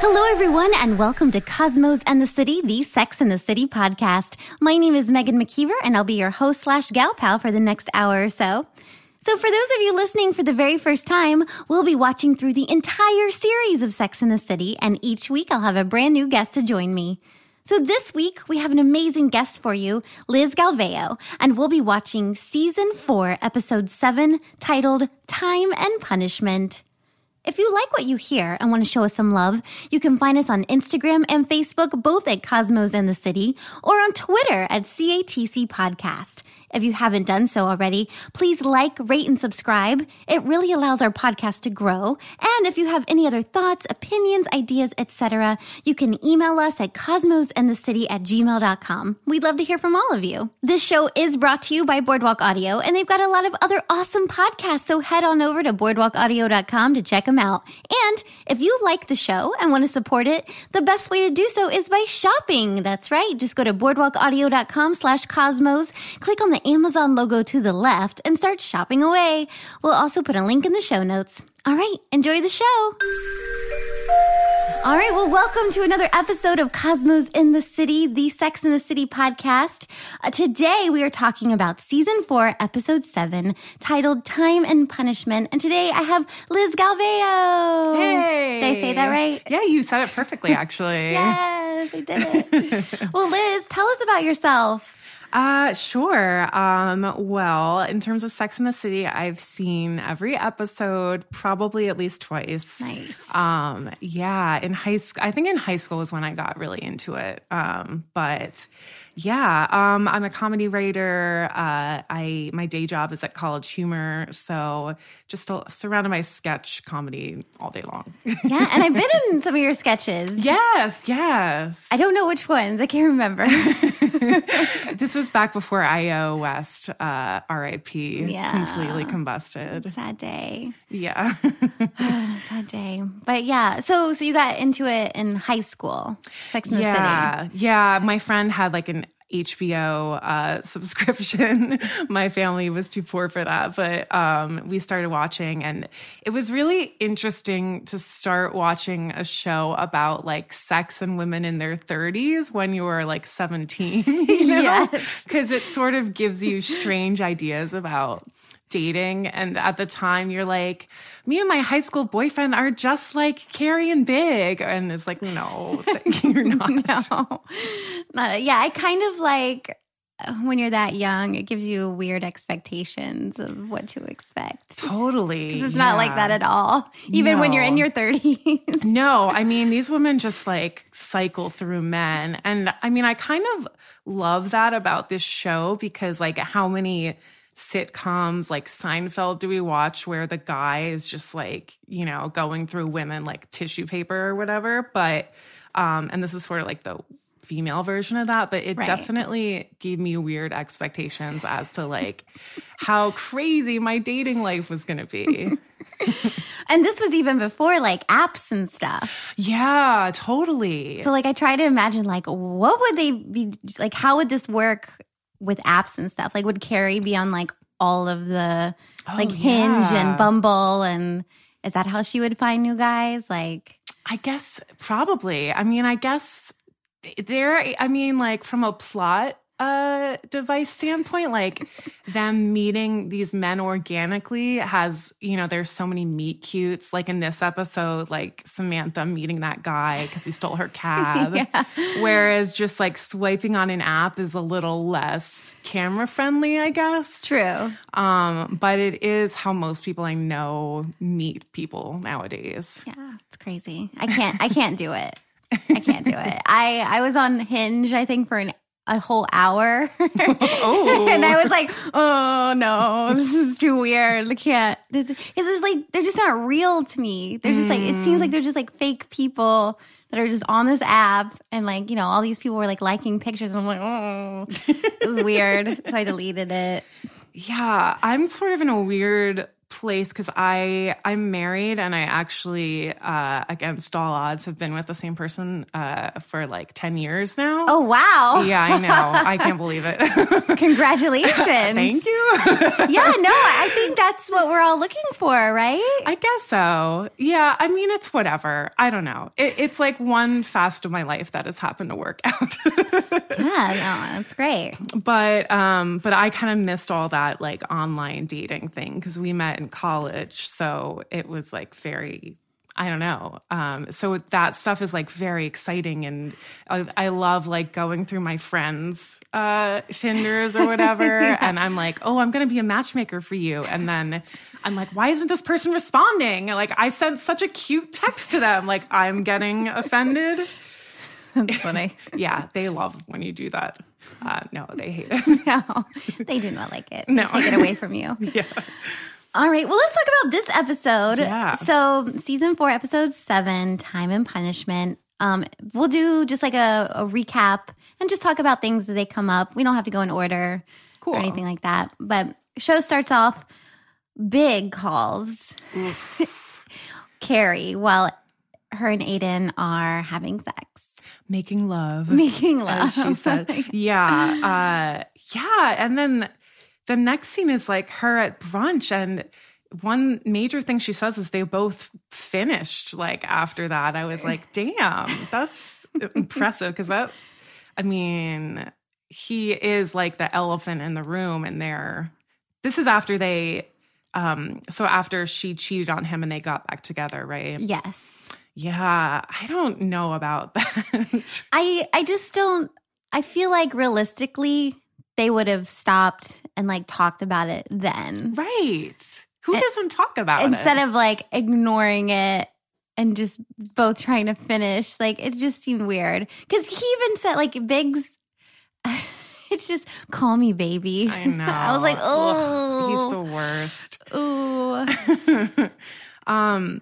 Hello, everyone, and welcome to Cosmos and the City, the Sex and the City podcast. My name is Megan McKeever, and I'll be your host slash gal pal for the next hour or so. So, for those of you listening for the very first time, we'll be watching through the entire series of Sex and the City, and each week I'll have a brand new guest to join me. So, this week we have an amazing guest for you, Liz Galveo, and we'll be watching season four, episode seven, titled Time and Punishment. If you like what you hear and want to show us some love, you can find us on Instagram and Facebook, both at Cosmos and the City, or on Twitter at CATC Podcast. If you haven't done so already, please like, rate, and subscribe. It really allows our podcast to grow. And if you have any other thoughts, opinions, ideas, etc., you can email us at cosmosandthecity at gmail.com. We'd love to hear from all of you. This show is brought to you by Boardwalk Audio, and they've got a lot of other awesome podcasts, so head on over to boardwalkaudio.com to check them out. And if you like the show and want to support it, the best way to do so is by shopping. That's right. Just go to boardwalkaudio.com slash cosmos, click on the Amazon logo to the left, and start shopping away. We'll also put a link in the show notes. All right, enjoy the show. All right, well, welcome to another episode of Cosmos in the City, the Sex in the City podcast. Uh, today, we are talking about season four, episode seven, titled Time and Punishment. And today, I have Liz Galveo. Hey. Did I say that right? Yeah, you said it perfectly, actually. Yes, I did it. well, Liz, tell us about yourself. Uh, sure. Um, well, in terms of Sex in the City, I've seen every episode probably at least twice. Nice. Um, yeah, in high school, I think in high school was when I got really into it. Um, but yeah, um, I'm a comedy writer. Uh, I my day job is at College Humor, so just uh, surrounded by sketch comedy all day long. Yeah, and I've been in some of your sketches. yes, yes. I don't know which ones. I can't remember. this was back before IO West, uh, RIP, Yeah. completely combusted. Sad day. Yeah. Sad day. But yeah, so so you got into it in high school, Sex in the City. yeah. Yeah. My friend had like an HBO uh, subscription. My family was too poor for that, but um, we started watching, and it was really interesting to start watching a show about like sex and women in their 30s when you were like 17. You know? Yes. because it sort of gives you strange ideas about dating. And at the time, you're like, me and my high school boyfriend are just like Carrie and Big. And it's like, no, thank you, you're not. No, not a, yeah. I kind of like uh, when you're that young, it gives you weird expectations of what to expect. Totally. It's not like yeah. that at all. Even when you're in No. your 30s. No, I mean, these women just like cycle through men. And I mean, I kind of love that about this show because, like, how many sitcoms like Seinfeld do we watch where the guy is just like, you know, going through women like tissue paper or whatever? But, um, and this is sort of like the female version of that, but it Right. definitely gave me weird expectations as to like how crazy my dating life was going to be. And this was even before like apps and stuff. yeah, totally. So like I try to imagine like what would they be like how would this work with apps and stuff? Like would Carrie be on like all of the like Oh, Hinge yeah. and Bumble and is that how she would find new guys? Like I guess probably. I mean, I guess there. I mean, like from a plot uh device standpoint, like them meeting these men organically has you know there's so many meet cutes. Like in this episode, like Samantha meeting that guy because he stole her cab. Yeah. Whereas just like swiping on an app is a little less camera friendly, I guess. true. Um, but it is how most people I know meet people nowadays. Yeah, it's crazy. I can't I can't do it. I can't do it. I I was on Hinge I think for an a whole hour. Oh. and I was like, oh no, this is too weird. I can't. This because it's like they're just not real to me. They're just like it Mm. seems like they're just like fake people that are just on this app and like you know all these people were like liking pictures and I'm like, oh, it was weird. so I deleted it. Yeah, I'm sort of in a weird place because I I'm married and I actually uh, against all odds have been with the same person uh, for like ten years now. Oh wow! yeah, I know. I can't believe it. Congratulations. Thank you. Yeah, no, I think that's what we're all looking for, right? I guess so. Yeah, I mean it's whatever. I don't know. It, it's like one fast of my life that has happened to work out. Yeah, no, that's great. but um but i kind of missed all that like online dating thing because we met in college so it was like very i don't know um so that stuff is like very exciting and i, I love like going through my friends uh tinders or whatever and i'm like oh i'm gonna be a matchmaker for you and then i'm like why isn't this person responding And, like i sent such a cute text to them like i'm getting offended That's funny. yeah they love when you do that uh, no they hate it No, they do not like it. No. They take it away from you. yeah All right. Well, let's talk about this episode. Yeah. So, season four, episode seven, Time and Punishment. Um, we'll do just like a, a recap and just talk about things as they come up. We don't have to go in order Cool. or anything like that. But show starts off big calls. Carrie, while her and Aiden are having sex, making love making love. as she said yeah uh yeah and then the next scene is like her at brunch and one major thing she says is they both finished like after that i was like damn that's impressive because that i mean he is like the elephant in the room and they're this is after they um so after she cheated on him and they got back together right yes. yeah i don't know about that I I just don't I feel like realistically they would have stopped and like talked about it then Right. Who And- doesn't talk about instead it? of like ignoring it and just both trying to finish like it just seemed weird cuz he even said like Biggs it's just call me baby. I know. I was like, Ugh, "Oh." he's Ooh. the worst. um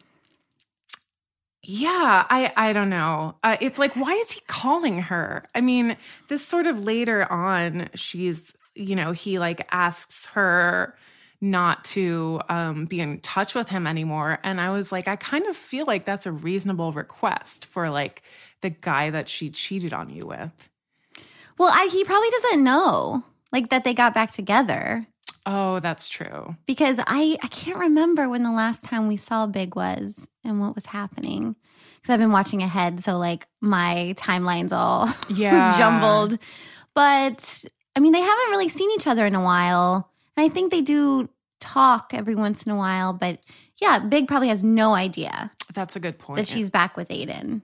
yeah, I I don't know. Uh, it's like why is he calling her? I mean, this sort of later on she's, you know, he like asks her not to um be in touch with him anymore and I was like I kind of feel like that's a reasonable request for like the guy that she cheated on you with. Well, I, he probably doesn't know like that they got back together Oh, that's true. because I I can't remember when the last time we saw Big was and what was happening because I've been watching ahead, so like my timeline's all Yeah. jumbled. But I mean, they haven't really seen each other in a while, and I think they do talk every once in a while. But yeah, Big probably has no idea That's a good point. that she's back with Aiden,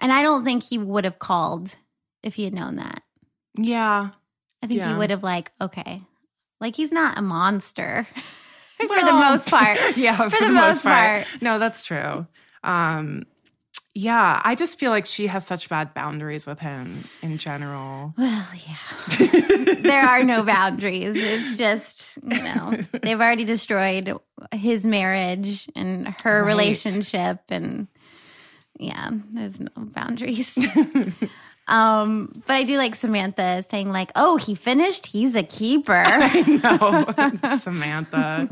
and I don't think he would have called if he had known that. yeah. I think he Yeah. would have like okay, like he's not a monster for the Well, most part. yeah, for, the most No, that's true. Um yeah, I just feel like she has such bad boundaries with him in general. Well, yeah. there are no boundaries. It's just, you know, they've already destroyed his marriage and her Right. relationship. And yeah, there's no boundaries. um, but I do like Samantha saying, like, oh, he finished. He's a keeper. I know, Samantha.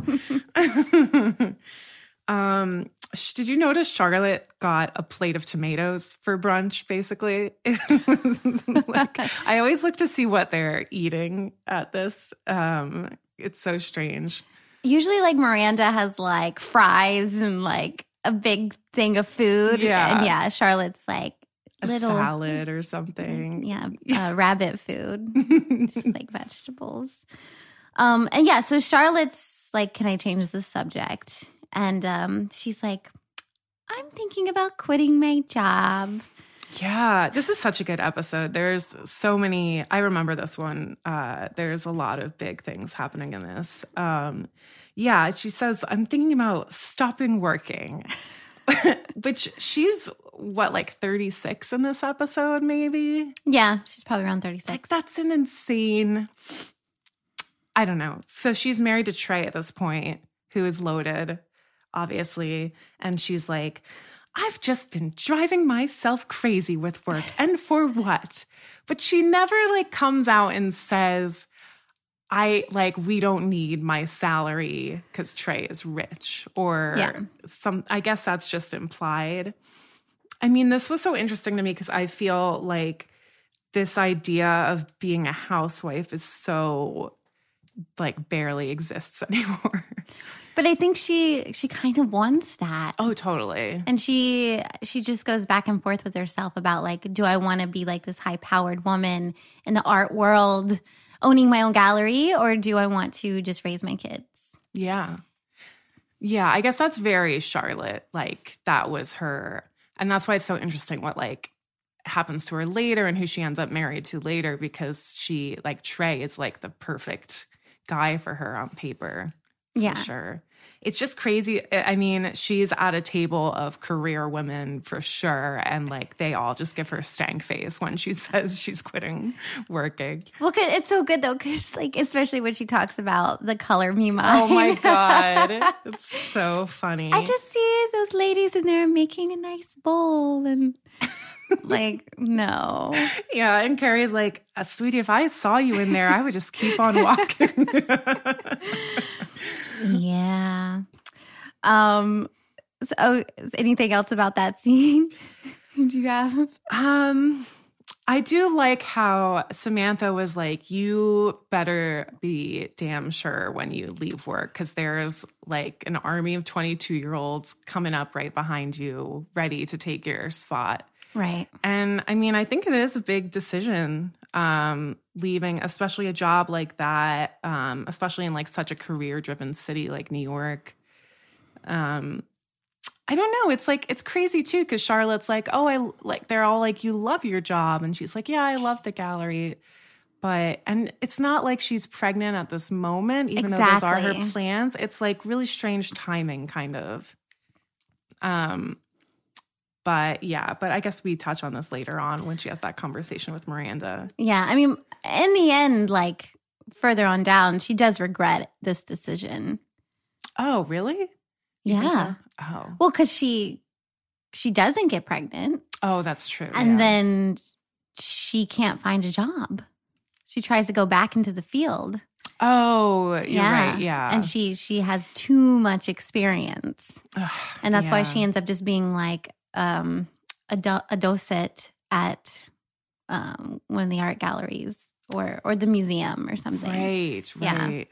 um, sh- did you notice Charlotte got a plate of tomatoes for brunch? Basically, It was like, I always look to see what they're eating at this. Um, it's so strange. Usually, like, Miranda has like fries and like a big thing of food. Yeah. And yeah, Charlotte's like, a little salad or something. yeah, uh, rabbit food, just like vegetables. Um, and yeah, so Charlotte's like, "Can I change the subject?" And um, she's like, "I'm thinking about quitting my job." Yeah, this is such a good episode. There's so many. I remember this one. Uh, there's a lot of big things happening in this. Um, yeah, she says, I'm thinking about stopping working. Which she's what, like 36 in this episode, maybe? Yeah, she's probably around 36. Like, that's an insane. I don't know. So she's married to Trey at this point, who is loaded, obviously. And she's like, I've just been driving myself crazy with work and for what? But she never like comes out and says, I like we don't need my salary because Trey is rich or Yeah. some I guess that's just implied. I mean, this was so interesting to me because I feel like this idea of being a housewife is so like barely exists anymore. But I think she she kind of wants that. oh, totally. And she she just goes back and forth with herself about like, do I want to be like this high powered woman in the art world, owning my own gallery, or do I want to just raise my kids? Yeah. Yeah, I guess that's very Charlotte. Like that was her. And that's why it's so interesting what like happens to her later and who she ends up married to later because she like Trey is like the perfect guy for her on paper. for Yeah, sure. It's just crazy. I I mean, she's at a table of career women for sure. And like they all just give her a stank face when she says she's quitting working. well, 'cause it's so good though, because like especially when she talks about the color me mine. Oh my God. It's so funny. I just see those ladies in there making a nice bowl and like no. Yeah, and Carrie's like, uh, "Sweetie, if I saw you in there, I would just keep on walking." Yeah. Um so oh, is anything else about that scene? Do you have? um, I do like how Samantha was like, "You better be damn sure when you leave work, because there's like an army of twenty-two-year-olds coming up right behind you, ready to take your spot." Right. And I mean, I think it is a big decision um, leaving, especially a job like that, um, especially in like such a career driven city like New York. Um, I don't know. It's like, it's crazy too, because Charlotte's like, oh, I like, they're all like, you love your job. And she's like, yeah, I love the gallery. But, and it's not like she's pregnant at this moment, even though those are Exactly. her plans. It's like really strange timing, kind of. Um, but yeah, but I guess we touch on this later on when she has that conversation with Miranda. Yeah. I mean, in the end, like further on down, she does regret this decision. Oh, really? You think Yeah. so? Oh. Well, because she she doesn't get pregnant, Oh, that's true. and yeah. then she can't find a job. She tries to go back into the field. Oh, you're Yeah. right. Yeah. and she she has too much experience Ugh, and that's why yeah. she ends up just being like um a, do- a docet at um one of the art galleries or or the museum or something Right, Yeah. right.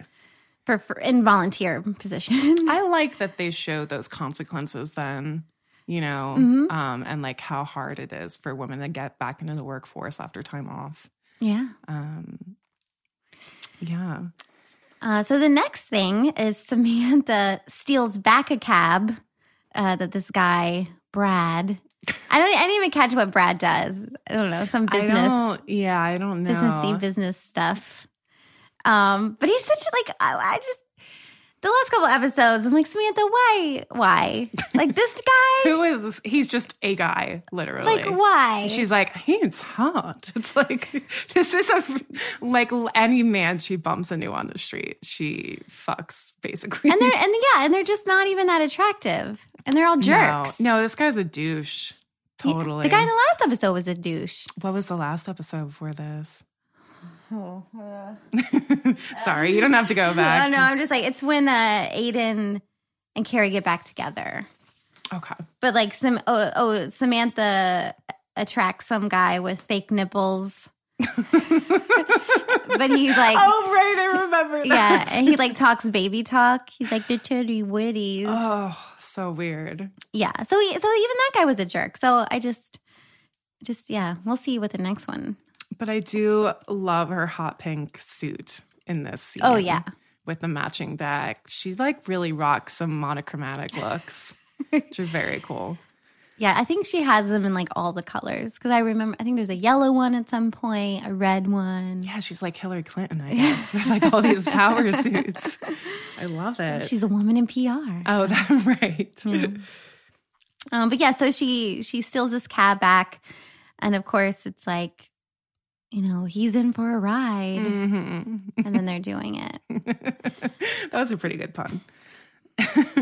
for, for in volunteer position I like that they show those consequences then, you know, Mhm. um, and like how hard it is for women to get back into the workforce after time off. yeah Um, yeah. uh, so the next thing is samantha steals back a cab uh, that this guy brad I don't. I didn't even catch what Brad does. I don't know some business. I don't, yeah, I don't know. businessy business stuff. Um, but he's such like I, I just the last couple episodes. I'm like Samantha, why, why? Like this guy, Who is, he's just a guy, literally. like why? And She's like, he's hot. It's like this is a like any man she bumps into on the street, she fucks basically. and they're and yeah, and they're just not even that attractive, and they're all jerks. No, no, this guy's a douche. Yeah, Totally. The guy in the last episode was a douche. what was the last episode before this? Oh, uh, Sorry, you don't have to go back. no, I'm just like it's when uh, Aiden and Carrie get back together. Okay. But like some oh, oh Samantha attracts some guy with fake nipples, but he's like oh right, I remember. Yeah, That. and he like talks baby talk. He's like the titty witties. Oh, so weird. Yeah. So he, so even that guy was a jerk. So I just just yeah, we'll see what the next one. But I do love her hot pink suit in this scene. Oh, yeah. With the matching bag. She like really rocks some monochromatic looks, which are very cool. Yeah, I think she has them in like all the colors cuz I remember I think there's a yellow one at some point, a red one. Yeah, she's like Hillary Clinton, I guess, with like all these power suits. I love it. She's a woman in PR. Mm-hmm. oh, that right. Um, but yeah, so she she steals this cab back, and of course it's like, you know, he's in for a ride, Mhm. and then they're doing it. that was a pretty good pun.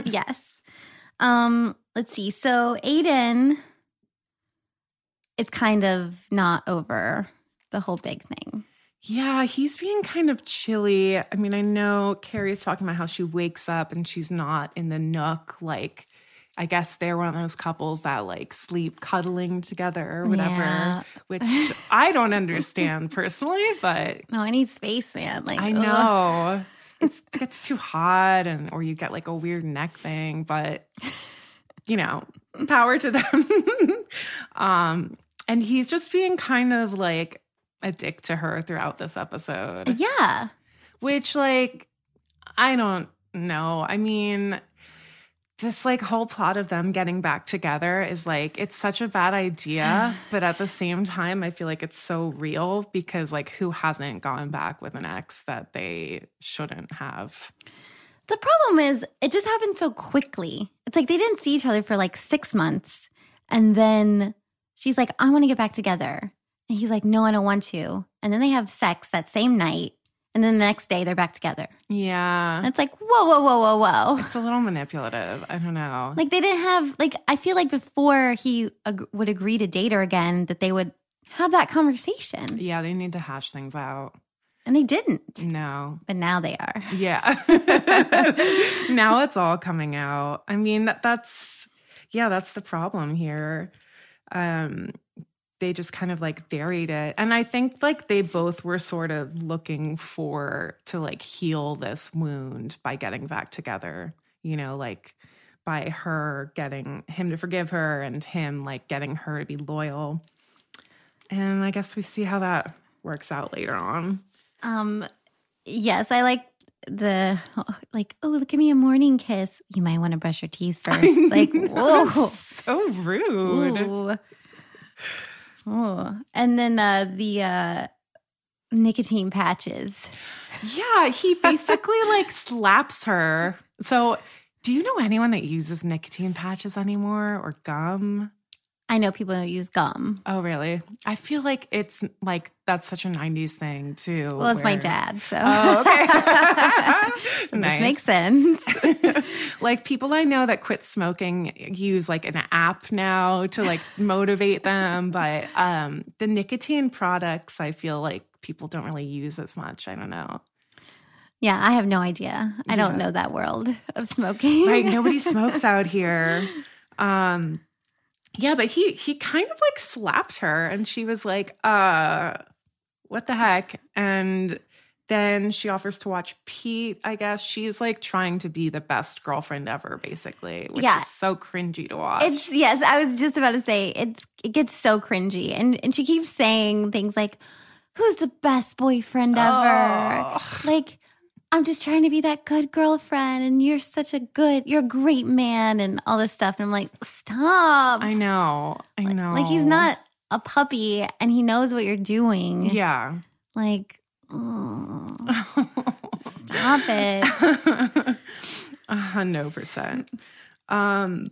yes. Um, let's see. So Aiden is kind of not over the whole big thing. Yeah, he's being kind of chilly. I mean, I know Carrie's talking about how she wakes up and she's not in the nook. Like, I guess they're one of those couples that like sleep cuddling together or whatever, Yeah. which I don't understand personally, but No, I need space, man. Like I ugh. know it's it gets too hot and or you get like a weird neck thing, but you know, power to them. um and he's just being kind of like a dick to her throughout this episode, Yeah. which like I don't know. I mean, this like whole plot of them getting back together is like it's such a bad idea, but at the same time I feel like it's so real because like who hasn't gone back with an ex that they shouldn't have. The problem is it just happened so quickly. It's like they didn't see each other for like six months. And then she's like, I want to get back together. And he's like, No, I don't want to. And then they have sex that same night. And then the next day they're back together. And Yeah. it's like, whoa, whoa, whoa, whoa, whoa. It's a little manipulative. I don't know. Like they didn't have like I feel like before he ag- would agree to date her again that they would have that conversation yeah, they need to hash things out. and they didn't. No. But now they are. Yeah. now it's all coming out. I mean, that, that's, yeah, that's the problem here. Um, they just kind of like buried it. And I think like they both were sort of looking for to like heal this wound by getting back together, you know, like by her getting him to forgive her and him like getting her to be loyal. And I guess we see how that works out later on. Um yes, I like the like oh give me a morning kiss. You might want to brush your teeth first. Like whoa. so rude. Ooh. Ooh. And then uh the uh nicotine patches. Yeah, he basically like slaps her. So, do you know anyone that uses nicotine patches anymore or gum? I know people who use gum. Oh, really? I feel like it's like that's such a 90s thing, too. Well, it's my where- dad, so Oh, okay. So This makes sense. like people I know that quit smoking use like an app now to like motivate them, but um the nicotine products I feel like people don't really use as much. I don't know. Yeah, I have no idea. I don't Yeah. know that world of smoking. right nobody smokes out here um yeah but he he kind of like slapped her and she was like uh what the heck and then she offers to watch pete i guess she's like trying to be the best girlfriend ever basically which Yeah. is so cringy to watch It's yes, I was just about to say it's it gets so cringy and and she keeps saying things like who's the best boyfriend ever? Ugh. Like I'm just trying to be that good girlfriend and you're such a good you're a great man and all this stuff and I'm like stop. i know i Like- know Like he's not a puppy and he knows what you're doing. yeah Like ugh. Stop it. A hundred percent. Um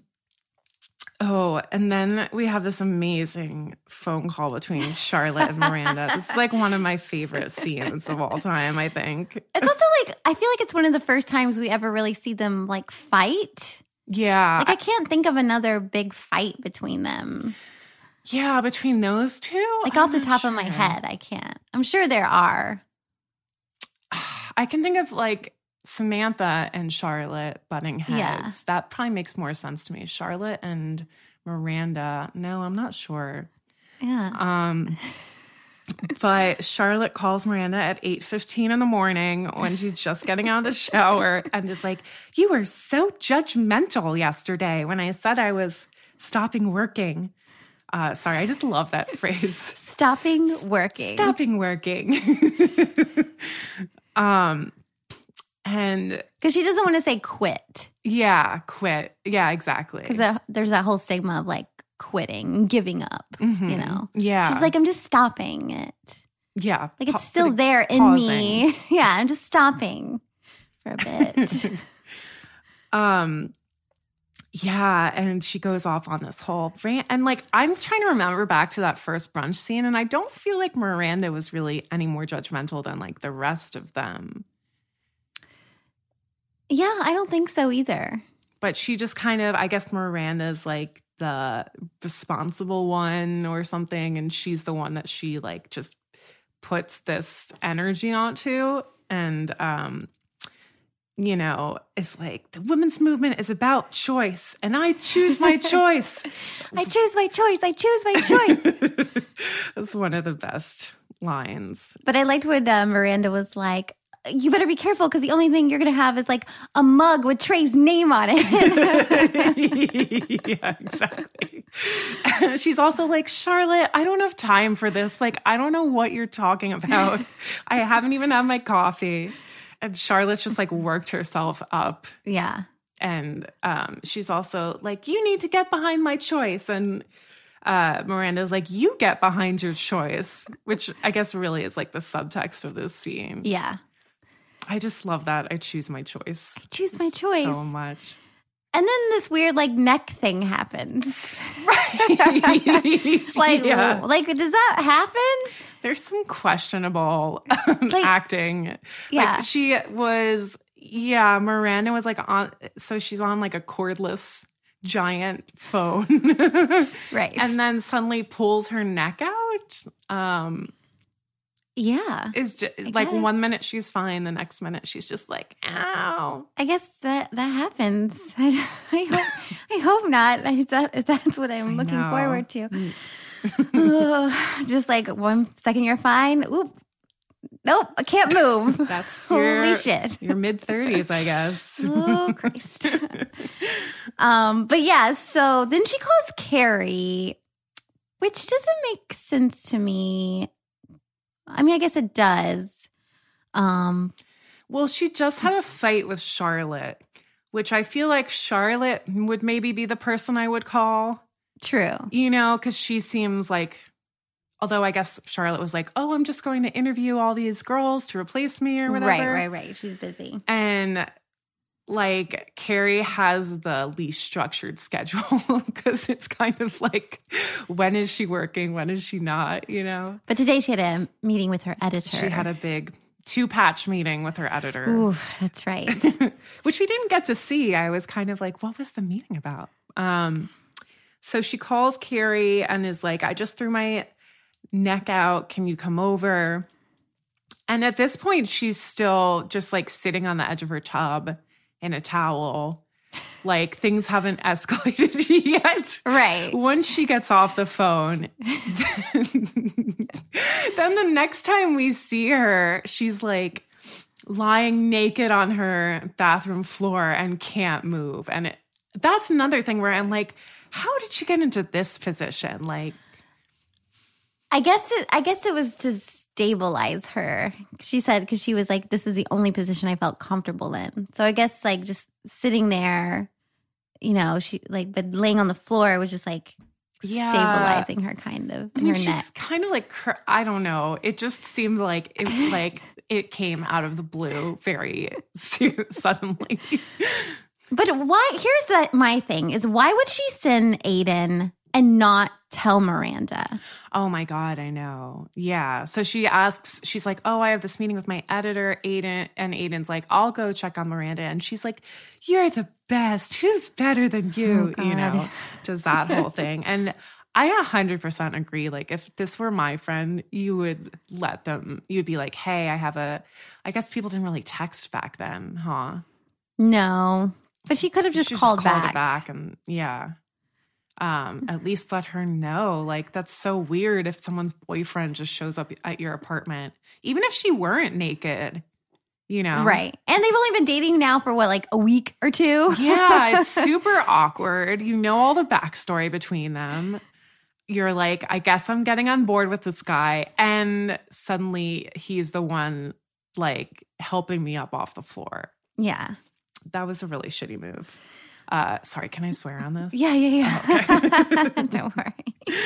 oh, and then we have this amazing phone call between Charlotte and Miranda. this is like one of my favorite scenes of all time, I think. It's also like I feel like it's one of the first times we ever really see them like fight. Yeah. Like I can't think of another big fight between them. yeah, between those two. Like I'm off the not top of my sure. head, I can't. I'm sure there are. I can think of like Samantha and Charlotte butting heads. Yeah. That probably makes more sense to me. Charlotte and Miranda. No, I'm not sure. Yeah. Um, but Charlotte calls Miranda at 8.15 in the morning when she's just getting out of the shower and is like, you were so judgmental yesterday when I said I was stopping working. Uh, sorry, I just love that phrase. Stopping working. Stopping working. um, and Because she doesn't want to say quit. yeah, quit. Yeah, exactly. Because there's that whole stigma of like quitting, giving up. Mhm. You know? Yeah. She's like, I'm just stopping it. yeah. Like it's pa- still like, there in me. Yeah, I'm just stopping for a bit. Um, Yeah, and she goes off on this whole rant. And like, I'm trying to remember back to that first brunch scene, and I don't feel like Miranda was really any more judgmental than like the rest of them. Yeah, I don't think so either. But she just kind of, I guess Miranda's like the responsible one or something, and she's the one that she like just puts this energy onto. And, um, you know, is like the women's movement is about choice, and I choose my choice. I choose my choice. I choose my choice. That's one of the best lines. but I liked when uh, Miranda was like, you better be careful because the only thing you're going to have is like a mug with Trey's name on it. yeah, exactly. She's also like, Charlotte, I don't have time for this. Like, I don't know what you're talking about. I haven't even had my coffee. And Charlotte's just like worked herself up. yeah. And um, she's also like, You need to get behind my choice. And uh, Miranda's like, You get behind your choice, which I guess really is like the subtext of this scene. Yeah. I just love that. I choose my choice Choose my choice. so much. and then this weird like neck thing happens. Like, Yeah. like does that happen? There's some questionable um, acting. Yeah. Like she was yeah, Miranda was like on so she's on like a cordless giant phone. Right. and then suddenly pulls her neck out. Um yeah. is just I like guess. one minute she's fine, the next minute she's just like, ow. I guess that that happens. I, I hope I hope not. I, that, if that's what I'm looking know. Mm. forward to. Ugh, just like one second you're fine. Oop. Nope, I can't move. That's holy your- shit. Your mid thirties, I guess. Oh Christ. um, but yeah, so then she calls Carrie, which doesn't make sense to me. I mean, I guess it does. Um, Well, she just had a fight with Charlotte, which I feel like Charlotte would maybe be the person I would call, true. you know, because she seems like, although I guess Charlotte was like, oh, I'm just going to interview all these girls to replace me or whatever. Right, right, right. She's busy. And like Carrie has the least structured schedule because it's kind of like, when is she working? When is she not? You know, But today she had a meeting with her editor. she had a big two patch meeting with her editor. Ooh, that's right. which we didn't get to see. I was kind of like, what was the meeting about? Um, so she calls Carrie and is like, I just threw my neck out. Can you come over? And at this point, she's still just like sitting on the edge of her tub in a towel. Like things haven't escalated yet. right. Once she gets off the phone, then, then the next time we see her, she's like lying naked on her bathroom floor and can't move. And it, that's another thing where I'm like, how did she get into this position? Like, I guess it I guess it was to stabilize her. She said cuz she was like this is the only position I felt comfortable in. So I guess like just sitting there you know, she like but laying on the floor was just like Yeah. stabilizing her kind of I in mean, her she's neck. kind of like, cur- I don't know. It just seemed like it, like it came out of the blue very soon, suddenly. But why here's the my thing is why would she send Aiden and not tell Miranda? Oh my God, I know. Yeah. So she asks, she's like, Oh, I have this meeting with my editor, Aiden. And Aiden's like, I'll go check on Miranda. And she's like, You're the best. Who's better than you? Oh, you know, God. does that whole thing. And I 100% agree. Like, if this were my friend, you would let them, you'd be like, Hey, I have a, I guess people didn't really text back then, huh? No. But she could have just She called, Mm. it back and yeah um at least let her know like that's so weird if someone's boyfriend just shows up at your apartment even if she weren't naked you know Right. And they've only been dating now for what, like a week or two? yeah it's super awkward you know all the backstory between them you're like i guess i'm getting on board with this guy and suddenly he's the one like helping me up off the floor Yeah. that was a really shitty move uh sorry can i swear on this Yeah, yeah, yeah. Don't worry.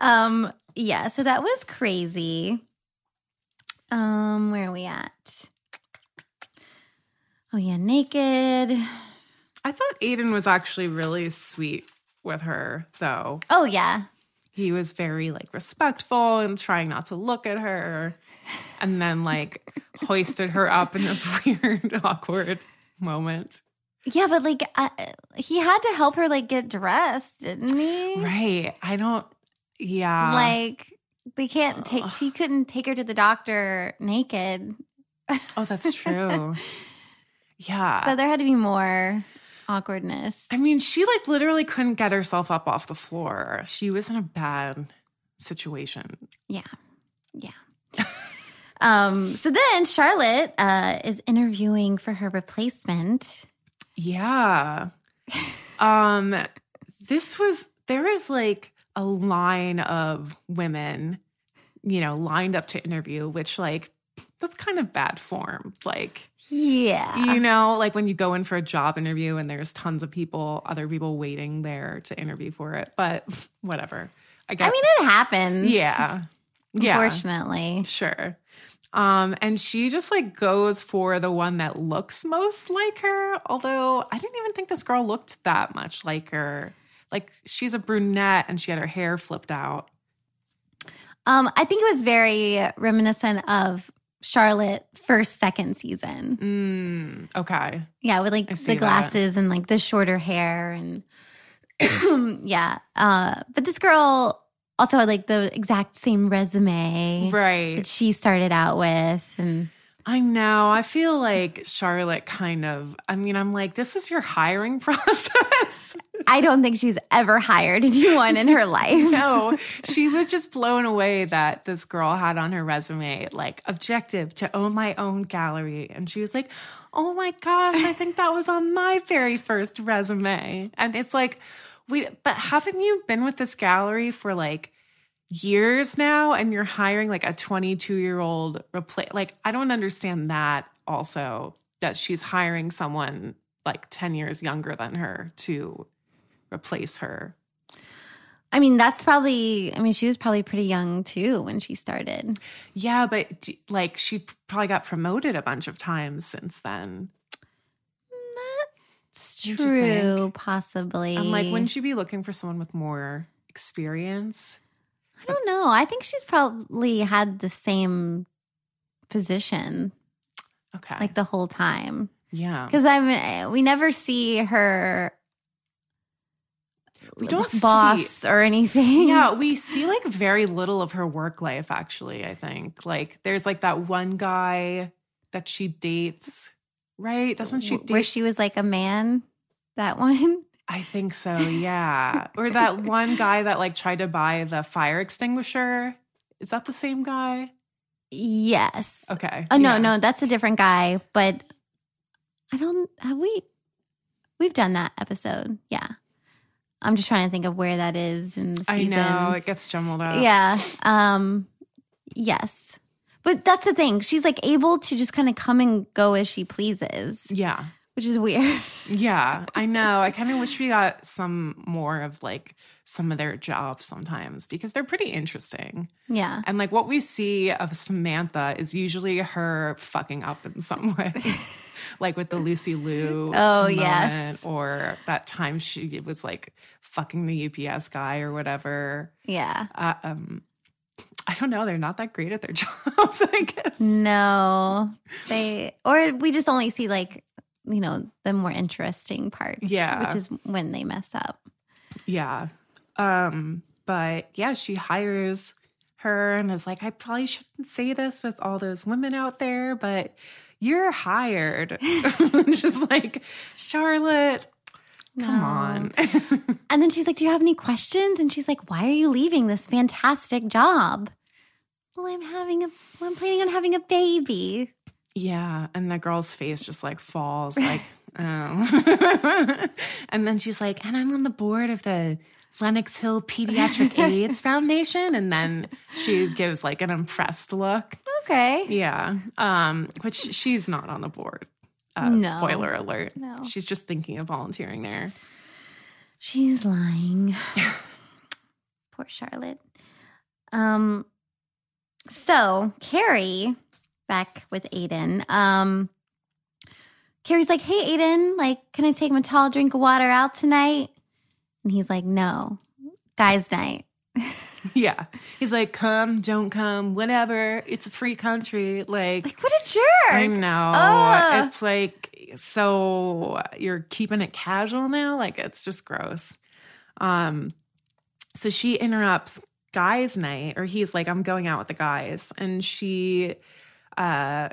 Um, yeah, so that was crazy. Um, where are we at? Oh yeah, naked. I thought Aiden was actually really sweet with her, though. Oh, yeah. He was very like respectful and trying not to look at her, and then like hoisted her up in this weird, awkward moment. Yeah, but like uh, he had to help her like get dressed, didn't he? Right. I don't. Yeah. Like they can't take he couldn't take her to the doctor naked. oh, that's true. yeah. So there had to be more awkwardness. I mean, she like literally couldn't get herself up off the floor. She was in a bad situation. Yeah. Yeah. um so then Charlotte uh is interviewing for her replacement. Yeah. um this was there is like a line of women, you know, lined up to interview, which like that's kind of bad form. Like Yeah. you know, like when you go in for a job interview and there's tons of people, other people waiting there to interview for it, but whatever. I guess. I mean it happens. yeah. Yeah. Unfortunately. Sure. Um, and she just like goes for the one that looks most like her. Although I didn't even think this girl looked that much like her. Like she's a brunette and she had her hair flipped out. Um I think it was very reminiscent of Charlotte first second season. Mm, okay. Yeah, with like I see the that. glasses and like the shorter hair and yeah. Uh but this girl also had like the exact same resume that Right. she started out with and I know. I feel like Charlotte kind of, I mean, I'm like, this is your hiring process. I don't think she's ever hired anyone in her life. no, she was just blown away that this girl had on her resume, like, objective to own my own gallery. And she was like, oh my gosh, I think that was on my very first resume. And it's like, we, but haven't you been with this gallery for like years now and you're hiring like a 22 year old replace? Like, I don't understand that also, that she's hiring someone like 10 years younger than her to replace her. I mean, that's probably I mean, she was probably pretty young too when she started. Yeah, but d- like she probably got promoted a bunch of times since then. That's Don't you true, think? possibly. I'm like, wouldn't she be looking for someone with more experience? I don't know. I think she's probably had the same position Okay. like the whole time. yeah. Because I'm, eh, we never see her We don't boss see- or anything. Yeah, we see like very little of her work life actually, I think. Like there's like that one guy that she dates, right? Doesn't she W- where date? she was like a man? That one? I think so, yeah. or that one guy that like tried to buy the fire extinguisher. Is that the same guy? Yes. Okay. Oh no, yeah. no, that's a different guy. But I don't have we. We've done that episode. Yeah, I'm just trying to think of where that is in the I seasons. know. It gets jumbled up. yeah. Um. Yes. But that's the thing. She's like able to just kind of come and go as she pleases, Yeah. which is weird. Yeah, I know. I kind of wish we got some more of like some of their jobs sometimes because they're pretty interesting. yeah. And like what we see of Samantha is usually her fucking up in some way. like with the Lucy Lou. Oh, moment yes. Or that time she was like fucking the UPS guy or whatever. Yeah. Uh, um I don't know. They're not that great at their jobs, I guess. No, they or we just only see like you know the more interesting parts. Yeah. which is when they mess up. Yeah. Um, but yeah, she hires her and is like, I probably shouldn't say this with all those women out there, but you're hired. She's like, Charlotte, come No. on. And then she's like, Do you have any questions? And she's like, Why are you leaving this fantastic job? Well, I'm having a, well, I'm planning on having a baby. yeah. And the girl's face just like falls, like, oh. and then she's like, and I'm on the board of the Lenox Hill Pediatric AIDS Foundation. And then she gives like an impressed look. Okay. Yeah. Um, which she's not on the board. Uh, No. Spoiler alert. No. She's just thinking of volunteering there. She's lying. Poor Charlotte. Um, so Carrie, back with Aiden, um, Carrie's like, "Hey, Aiden, like, can I take my tall drink of water out tonight?" And he's like, "No, guys' night." Yeah. He's like, come, don't come, whatever. It's a free country. Like, Like, what a jerk! I know. Ugh. It's like, so you're keeping it casual now? Like, it's just gross. Um, so she interrupts guys' night, or he's like, I'm going out with the guys. And she uh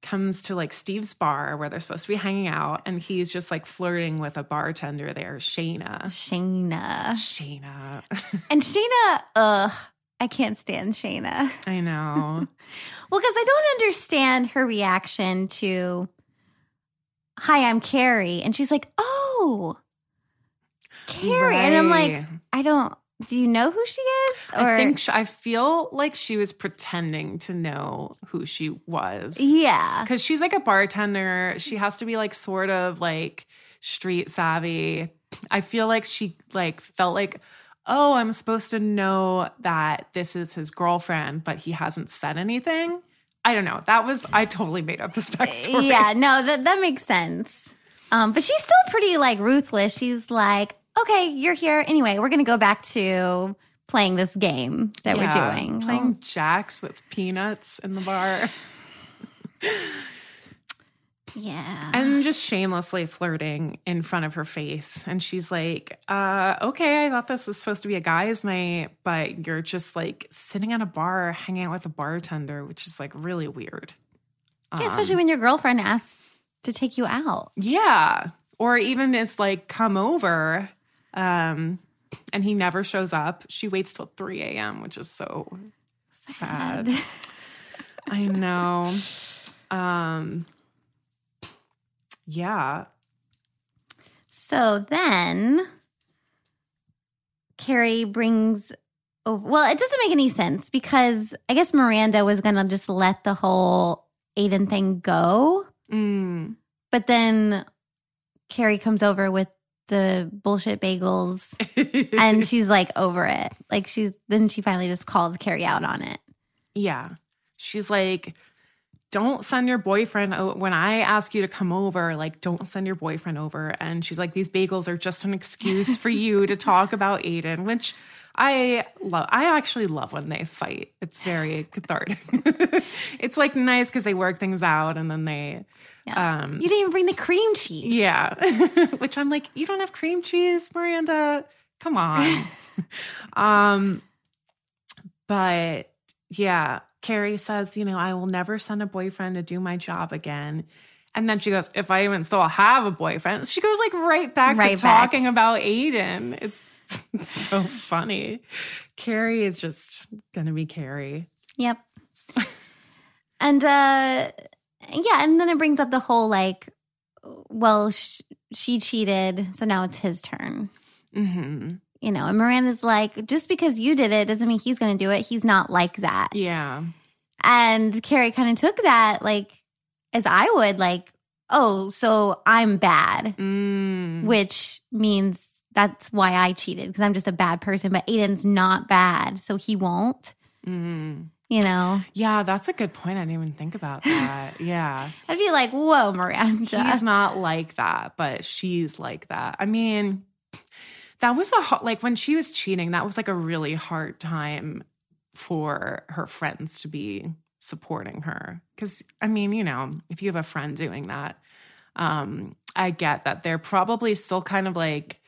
comes to like Steve's bar where they're supposed to be hanging out, and he's just like flirting with a bartender there, Shayna. Uh, Shayna. Shayna. And Shayna, ugh, I can't stand Shayna. I know. Well, because I don't understand her reaction to, hi, I'm Carrie. And she's like, oh, Carrie. And I'm like, Right. I don't, do you know who she is? I think sh I feel like she was pretending to know who she was yeah. because she's like a bartender. She has to be like sort of like street savvy. I feel like she like felt like, oh, I'm supposed to know that this is his girlfriend, but he hasn't said anything. I don't know. That was I totally made up this backstory. Yeah, no, that, that makes sense. Um, but she's still pretty like ruthless. She's like, okay, you're here. Anyway, we're going to go back to playing this game that Yeah, we're doing. playing jacks with peanuts in the bar yeah. and just shamelessly flirting in front of her face and she's like uh okay i thought this was supposed to be a guy's night but you're just like sitting at a bar hanging out with a bartender which is like really weird Yeah, especially Um, when your girlfriend asks to take you out. yeah or even is like come over um and he never shows up she waits till 3 a.m which is so sad. I know. Um yeah. So then Carrie brings oh, well, it doesn't make any sense because I guess Miranda was going to just let the whole Aiden thing go, Mm. but then Carrie comes over with the bullshit bagels and she's like over it. Like she's then she finally just calls Carrie out on it. yeah. She's like don't send your boyfriend o- when I ask you to come over, like don't send your boyfriend over and she's like these bagels are just an excuse for you to talk about Aiden, which I love. I actually love when they fight. It's very cathartic. it's like nice cuz they work things out and then they Yeah. um You didn't even bring the cream cheese. Yeah. Which I'm like, you don't have cream cheese, Miranda. Come on. um but yeah, Carrie says, you know, I will never send a boyfriend to do my job again. And then she goes, if I even still have a boyfriend, she goes like right back Right to back. talking about Aiden. It's, it's so funny. Carrie is just gonna be Carrie. Yep. and uh yeah, and then it brings up the whole like well sh- she cheated, so now it's his turn. hmm You know, and Miranda's like just because you did it doesn't mean he's going to do it. He's not like that. Yeah. And Carrie kind of took that like as I would like, oh, so I'm bad, Mm. which means that's why I cheated because I'm just a bad person, but Aiden's not bad, so he won't, Mm. you know. Yeah, that's a good point. I didn't even think about that. Yeah. I'd be like, "Whoa, Miranda." He's not like that, but she's like that. I mean, that was a ho- like when she was cheating, that was like a really hard time for her friends to be supporting her cuz I mean, you know, if you have a friend doing that, um I get that they're probably still kind of like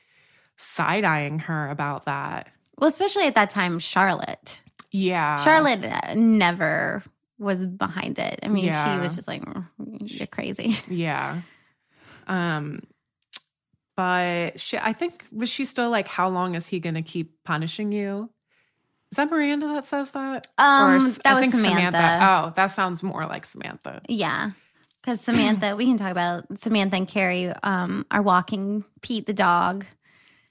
side-eyeing her about that. Well, especially at that time, Charlotte. Yeah. Charlotte uh, never was behind it. I mean, Yeah. she was just like, "Mm, "You're crazy." Yeah. Um but she I think was she still like how long is he going to keep punishing you? Is that Miranda that says that? Or Um, s- that was Samantha. Oh, that sounds more like Samantha. Yeah, because Samantha. we can talk about Samantha and Carrie. Um, are walking Pete the dog,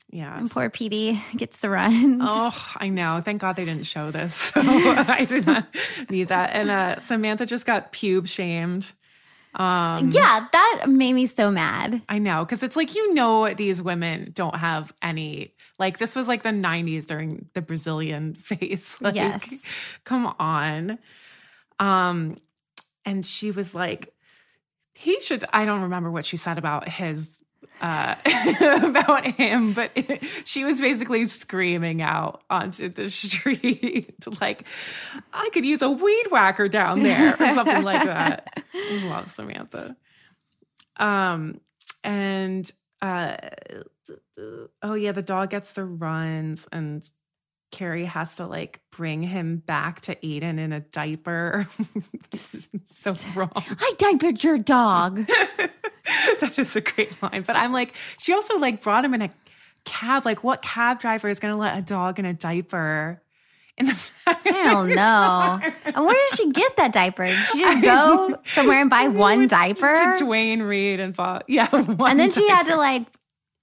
Yeah. and poor Petey gets the runs. Oh, I know. Thank God they didn't show this. So I did not need that. And uh, Samantha just got pube shamed. Um, yeah, that made me so mad. I know, because it's like you know these women don't have any like this was like the '90s during the Brazilian phase. Like, Yes. come on. Um, and she was like, he should i don't remember what she said about his uh about him but it- she was basically screaming out onto the street like i could use a weed whacker down there or something like that I love samantha um and uh oh yeah the dog gets the runs and carrie has to like bring him back to aiden in a diaper so wrong I diapered your dog. that is a great line. But I'm like, she also like brought him in a cab. Like, what cab driver is going to let a dog in a diaper? In the Hell no. And where did she get that diaper? Did she just go somewhere and buy one diaper? to Dwayne Reed and Bob. Yeah, one And then she had diaper. to like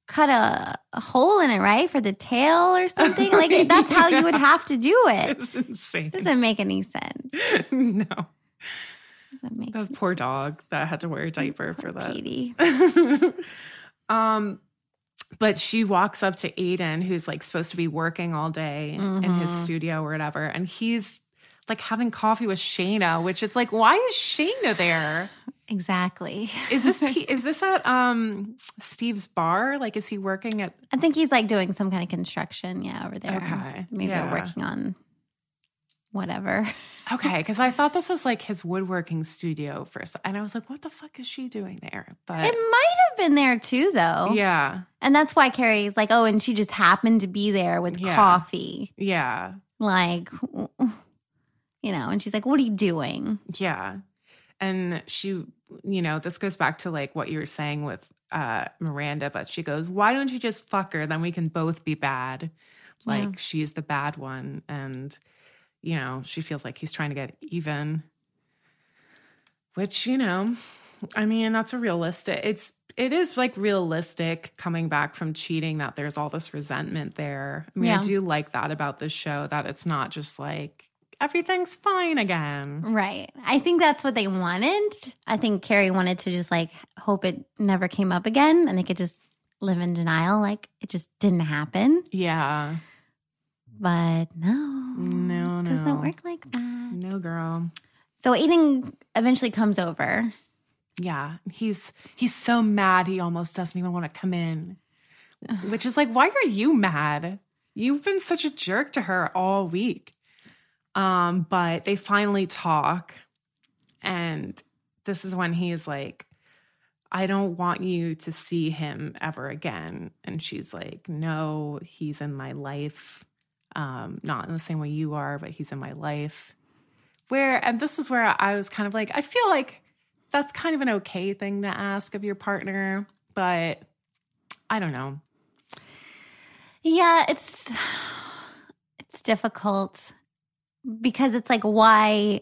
cut a, a hole in it, right? For the tail or something. Like that's how you would have to do it. It's insane. Doesn't make any sense. no, Doesn't make the poor dog that had to wear a diaper for that. Katie. um, but she walks up to Aiden, who's like supposed to be working all day in his Mhm. studio or whatever, and he's like having coffee with Shayna, which it's like, why is Shayna there? Exactly. Is this P- is this at um Steve's bar? Like, is he working at? I think he's like doing some kind of construction, yeah, over there. Okay, Maybe yeah. they're working on whatever. Okay, because I thought this was like his woodworking studio first, and I was like, what the fuck is she doing there? But It might have been there too though. yeah, And that's why Carrie's like, oh, and she just happened to be there with Yeah. coffee. yeah, Like, you know, and she's like, what are you doing? yeah, and she, you know, this goes back to like what you were saying with uh Miranda, but she goes, why don't you just fuck her? Then we can both be bad. Like Yeah. she's the bad one, and you know, she feels like he's trying to get even. which you know i mean that's a realistic it's it is like realistic coming back from cheating that there's all this resentment there i mean i Yeah. do like that about this show that it's not just like everything's fine again Right. I think that's what they wanted. I think Carrie wanted to just like hope it never came up again and they could just live in denial, like it just didn't happen. yeah But no. No, It no. doesn't work like that. no girl So Aiden eventually comes over. yeah he's he's so mad he almost doesn't even want to come in which is like why are you mad you've been such a jerk to her all week um but they finally talk and this is when he's like i don't want you to see him ever again and she's like no he's in my life um not in the same way you are but he's in my life where and this is where i was kind of like i feel like that's kind of an okay thing to ask of your partner, but I don't know. Yeah, it's it's difficult because it's like why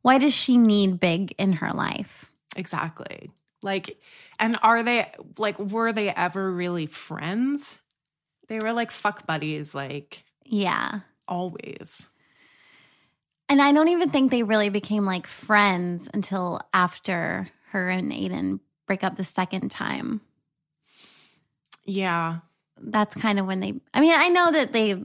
why does she need big in her life? Exactly. Like, and are they like, were they ever really friends? They were like fuck buddies, like Yeah. always. And I don't even think they really became like friends until after her and Aiden break up the second time. Yeah. That's kind of when they I mean, I know that they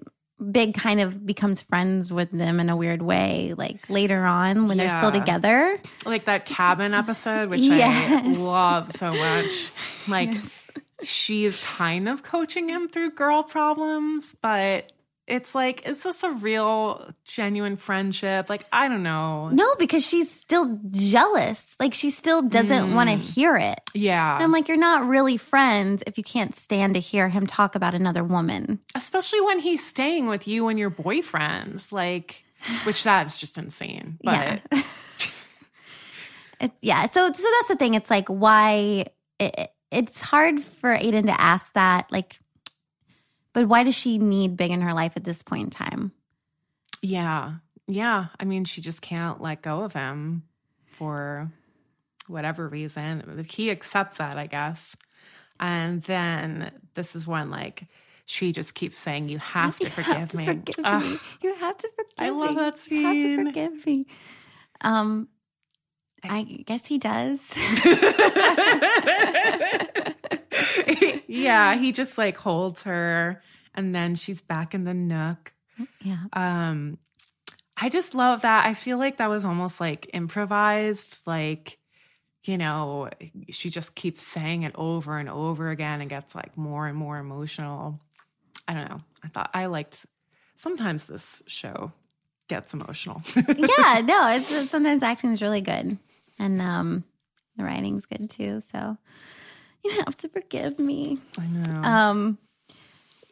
Big kind of becomes friends with them in a weird way, like later on when they're still Yeah. together. Like that cabin episode, which Yes. I love so much. Like, Yes. she's kind of coaching him through girl problems, but it's like, is this a real, genuine friendship? Like, I don't know. No, because she's still jealous. Like she still doesn't Mm. want to hear it. Yeah. And I'm like, you're not really friends if you can't stand to hear him talk about another woman. especially when he's staying with you and your boyfriends like which that's just insane but Yeah. It, yeah. So so that's the thing. It's like why it, it- it's hard for Aiden to ask that. Like, but why does she need Big in her life at this point in time? yeah yeah i mean she just can't let go of him for whatever reason But he accepts that i guess and then this is when like she just keeps saying you have to You forgive have to me, forgive Ugh, me. You have to forgive i love me. that You have to scene forgive me. Um, I guess he does. yeah he just like holds her and then she's back in the nook yeah. um i just love that i feel like that was almost like improvised like you know, she just keeps saying it over and over again and gets like more and more emotional. I don't know. I thought I liked sometimes this show gets emotional. yeah, no, it's, it's sometimes acting is really good, and um, the writing's good too. So you have to forgive me. I know. Um,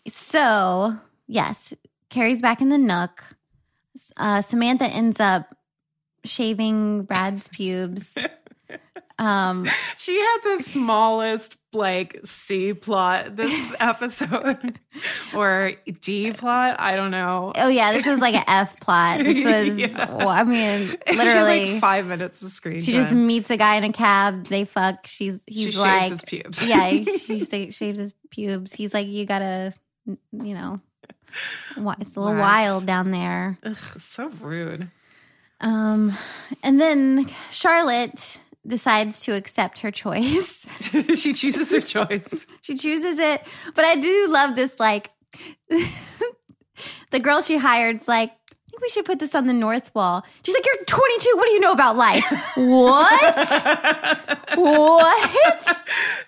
so yes, Carrie's back in the nook. Uh, Samantha ends up shaving Brad's pubes. Um, she had the smallest like C plot this episode or D plot. I don't know. oh yeah, this was like an F plot. This was, Yeah. well, I mean, She had, literally. like five minutes of screen She time. just meets a guy in a cab. They fuck. She's she he's shaves like, his pubes. yeah, she sa- shaves his pubes. He's like, you gotta, you know, wa- it's a little Wax. wild down there. Ugh, so rude. Um, and then Charlotte decides to accept her choice. she chooses her choice. she chooses it, but I do love this. Like, the girl she hired's like. I think we should put this on the north wall. She's like, "You're 22. What do you know about life? what? What?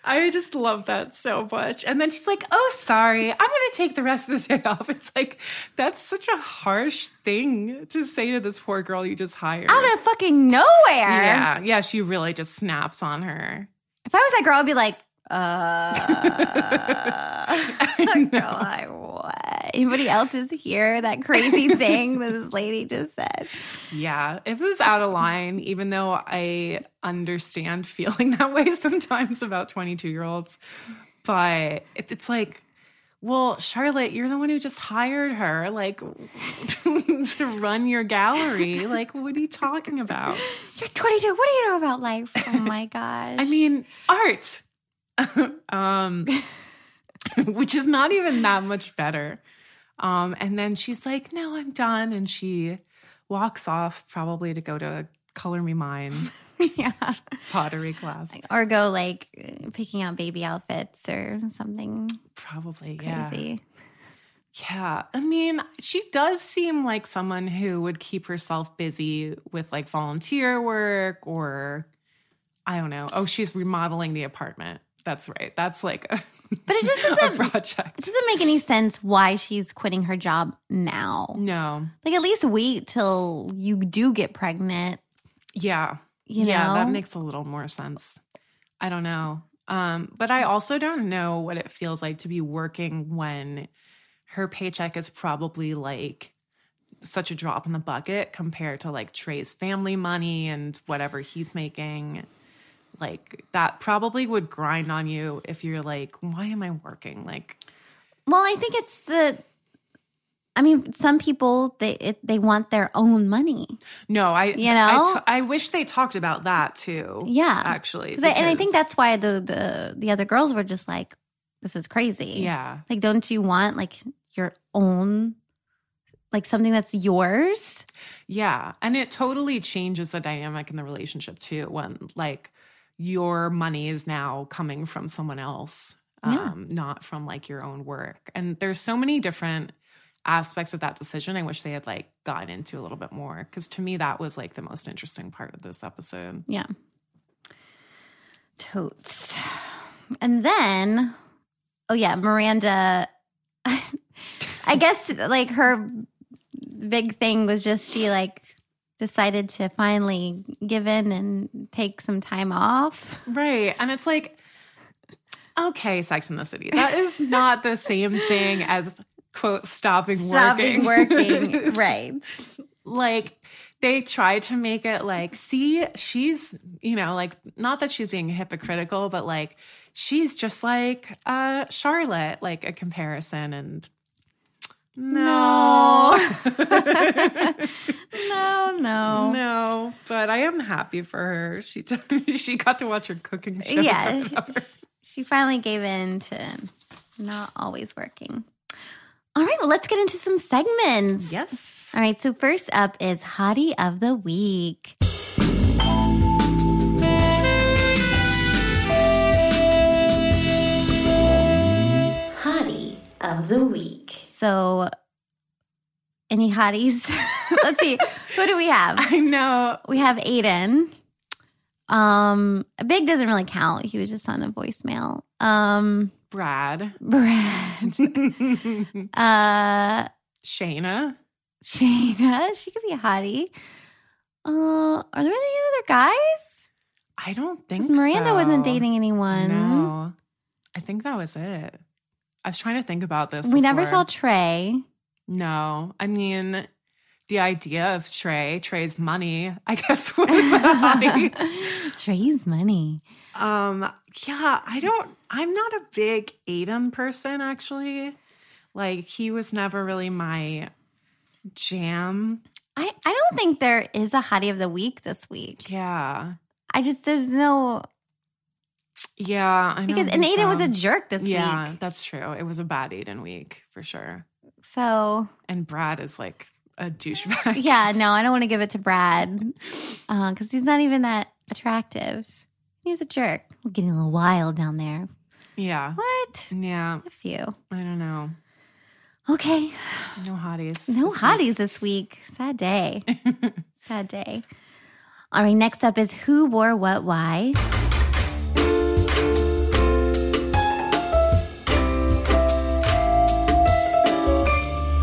I just love that so much. And then she's like, oh, sorry, I'm going to take the rest of the day off. It's like, that's such a harsh thing to say to this poor girl you just hired. out of fucking nowhere. yeah, yeah, she really just snaps on her. If I was that girl, I'd be like, uh, know. go, I what? Anybody else just hear that crazy thing that this lady just said? Yeah, if it was out of line, even though I understand feeling that way sometimes about 22 year olds, but it- it's like, well, Charlotte, you're the one who just hired her, like to run your gallery. Like, what are you talking about? You're 22. What do you know about life? Oh my gosh. I mean, art, um, which is not even that much better. Um, and then she's like, "No, I'm done," and she walks off probably to go to Color Me Mine yeah. pottery class. Or go like picking out baby outfits or something Probably, yeah, crazy. yeah. I mean, she does seem like someone who would keep herself busy with like volunteer work or I don't know. Oh, she's remodeling the apartment. That's right. That's like a, But it just a doesn't. project. It doesn't make any sense why she's quitting her job now. No. Like, at least wait till you do get pregnant. Yeah. You yeah, know, that makes a little more sense. I don't know. Um, but I also don't know what it feels like to be working when her paycheck is probably like such a drop in the bucket compared to like Trey's family money and whatever he's making. Like that probably would grind on you if you're like, why am I working? Like, Well, I think it's the. I mean, some people they it, they want their own money. no, I, You I know? t- I wish they talked about that too. Yeah. actually, 'Cause I- and I think because- that's why the the the other girls were just like, "This is crazy." yeah, Like, don't you want like your own, like something that's yours? Yeah. And it totally changes the dynamic in the relationship too when like your money is now coming from someone else, Yeah. um, not from like your own work. And there's so many different aspects of that decision I wish they had like gotten into a little bit more. Cause to me, that was like the most interesting part of this episode. Yeah. Totes. And then, oh yeah, Miranda. I guess like her big thing was just she like decided to finally give in and take some time off. Right. And it's like, okay, Sex in the City. That is not the same thing as quote stopping Stopping working. working. right. like they try to make it like see she's you know like not that she's being hypocritical but like she's just like uh charlotte like a comparison and no No, no. no but i am happy for her she she got to watch her cooking show yeah. She, she finally gave in to not always working. All right, well, let's get into some segments. yes All right, so first up is Hottie of the Week. Hottie of the Week. So, any hotties? Let's see, who do we have? i know We have Aiden. Um, Big doesn't really count. He was just on a voicemail. Um, Brad, Brad, Shayna, uh, Shayna, she could be a hottie. Uh, are there any other guys? I don't 'Cause think Miranda so. wasn't dating anyone. No, I think that was it. I was trying to think about this. we never before. saw Trey. No, I mean the idea of Trey, Trey's money, I guess was funny. Trey's money. um, yeah, I don't. I'm not a big Aiden person, actually. Like he was never really my jam. I, I don't think there is a hottie of the week this week. Yeah, I just there's no yeah. I because don't and think Aiden was so. a jerk this yeah, week. that's true. It was a bad Aiden week for sure. So And Brad is like a douchebag. yeah, no, I don't want to give it to Brad because he's not even that attractive. He was a jerk. We're getting a little wild down there. yeah, What? yeah. A few. I don't know. Okay. No hotties. No this hotties this week. Sad day. week. Sad day. All right, next up is who wore what why.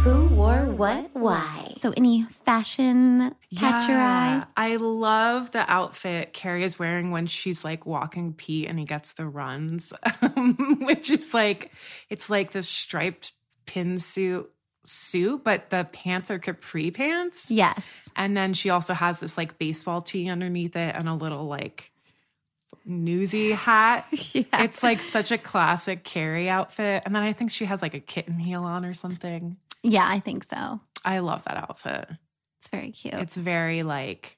Who wore what? Why? So any fashion catch your eye? I love the outfit Carrie is wearing when she's like walking Pete and he gets the runs, um, which is like, it's like this striped pin suit suit, but the pants are capri pants. Yes. And then she also has this like baseball tee underneath it and a little like newsy hat. Yeah. It's like such a classic Carrie outfit. And then I think she has like a kitten heel on or something. yeah, I think so. I love that outfit. It's very cute. It's very like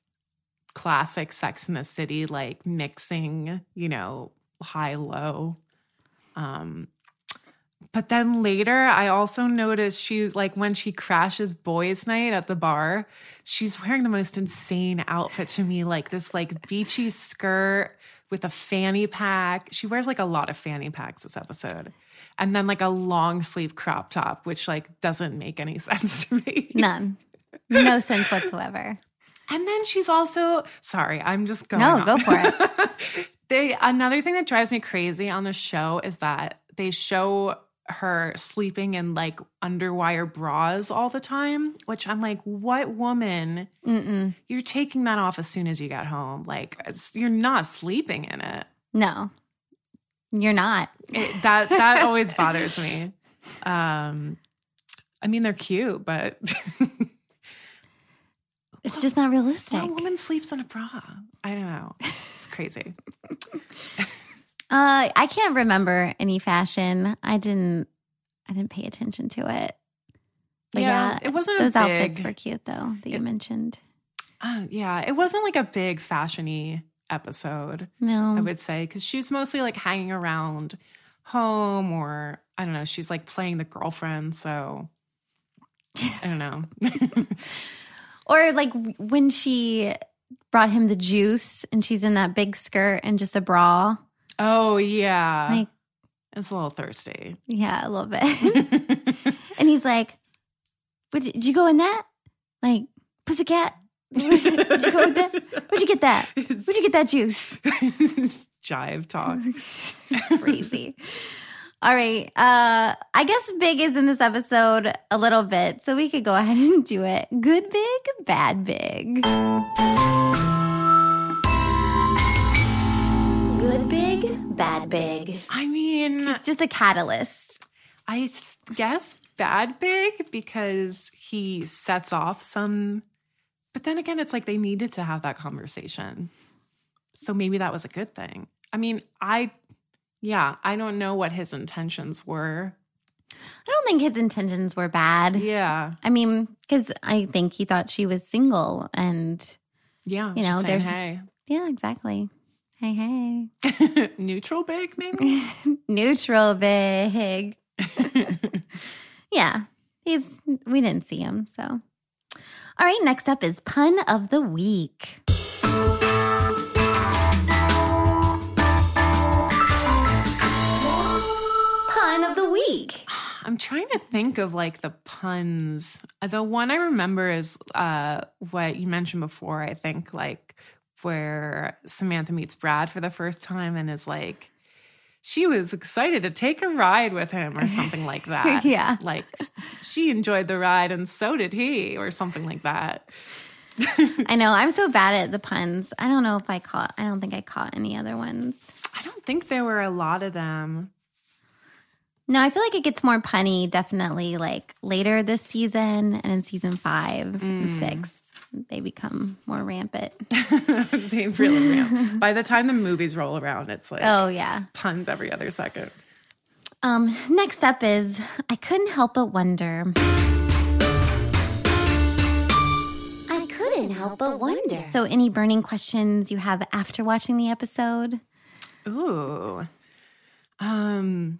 classic Sex in the City, like mixing, you know, high low. Um, but then later, I also noticed she's like when she crashes boys' night at the bar, she's wearing the most insane outfit to me, like this like beachy skirt with a fanny pack. She wears like a lot of fanny packs this episode. And then like a long sleeve crop top, which like doesn't make any sense to me. None. No sense whatsoever. And then she's also sorry, I'm just going. No, on. go for it. they another thing that drives me crazy on the show is that they show her sleeping in like underwire bras all the time, which I'm like, what woman? Mm-mm. You're taking that off as soon as you get home. Like it's- you're not sleeping in it. No. You're not. It- that that always bothers me. Um, I mean, they're cute, but It's just not realistic. what woman sleeps in a bra? I don't know. It's crazy. Uh, I can't remember any fashion. I didn't. I didn't pay attention to it. But yeah, it wasn't Those a big, outfits were cute though that you It- mentioned. Uh, yeah, it wasn't like a big fashiony episode, I No, would say, because she's mostly like hanging around home or I don't know, she's like playing the girlfriend. So I don't know. or like when she brought him the juice and she's in that big skirt and just a bra. oh, yeah. Like- it's a little thirsty. Yeah, a little bit. and he's like, "Would you, did you go in that? Like pussycat? Where'd you go with that? Where'd you get that? Where'd you get that juice?" Jive talk. crazy. All right. Uh I guess big is in this episode a little bit, so we could go ahead and do it. Good big, bad big. Good big, bad big. I mean, It's just a catalyst. I th- guess bad big because he sets off some. But then again, it's like they needed to have that conversation. So maybe that was a good thing. I mean, I, yeah, I don't know what his intentions were. I don't think his intentions were bad. Yeah. I mean, cuz I think he thought she was single and Yeah. You just know, saying, yeah, exactly. Hey, hey. hey, neutral big, maybe? Neutral big. Yeah. He's we didn't see him, so. All right, next up is pun of the week. Pun of the week. I'm trying to think of like the puns. The one I remember is uh, what you mentioned before, I think, like where Samantha meets Brad for the first time and is like, she was excited to take a ride with him or something like that. Yeah. Like she enjoyed the ride and so did he or something like that. I know I'm so bad at the puns. I don't know if I caught. I don't think I caught any other ones. I don't think there were a lot of them. No, I feel like it gets more punny definitely like later this season and in season five Mm. and six. They become more rampant. they really ran. By the time the movies roll around, it's like Oh, yeah. puns every other second. Um, next up is I couldn't help but wonder. I couldn't help but wonder. So, any burning questions you have after watching the episode? Ooh. Um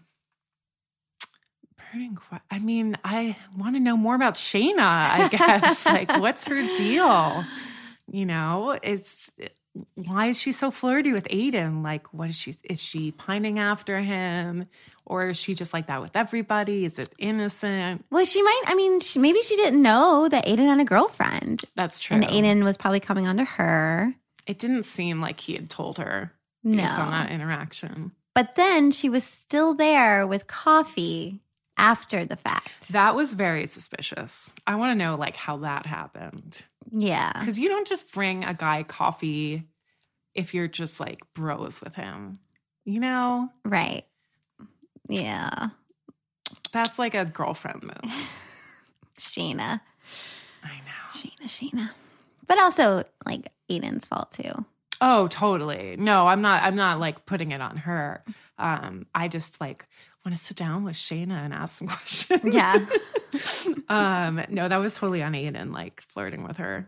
burning que- I mean, I want to know more about Shayna, I guess. like what's her deal? You know, it's why is she so flirty with Aiden? Like what is she is she pining after him or is she just like that with everybody? Is it innocent? Well, she might. I mean, she, maybe she didn't know that Aiden had a girlfriend, That's true. and Aiden was probably coming on to her. It didn't seem like he had told her No, based on that interaction. but then she was still there with coffee after the fact. That was very suspicious. I want to know like how that happened. yeah, Because you don't just bring a guy coffee if you're just like bros with him. You know, right. Yeah, that's like a girlfriend move. Sheena, I know. Sheena, Sheena. But also, like Aiden's fault too. Oh, totally. No, I'm not. I'm not like putting it on her. Um, I just like want to sit down with Shayna and ask some questions. Yeah. um, no, that was totally on Aiden, like flirting with her,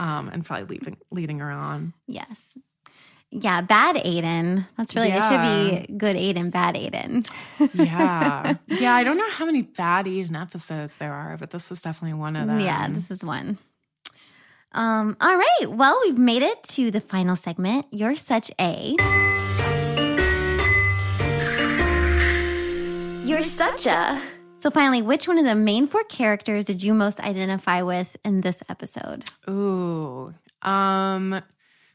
um, and probably leaving, leading her on. Yes. Yeah, bad Aiden. That's really it Yeah. should be good Aiden, bad Aiden. Yeah, yeah. I don't know how many bad Aiden episodes there are, but this was definitely one of them. Yeah, this is one. Um, all right. Well, we've made it to the final segment. You're such a You're such a. so finally, which one of the main four characters did you most identify with in this episode? Ooh. Um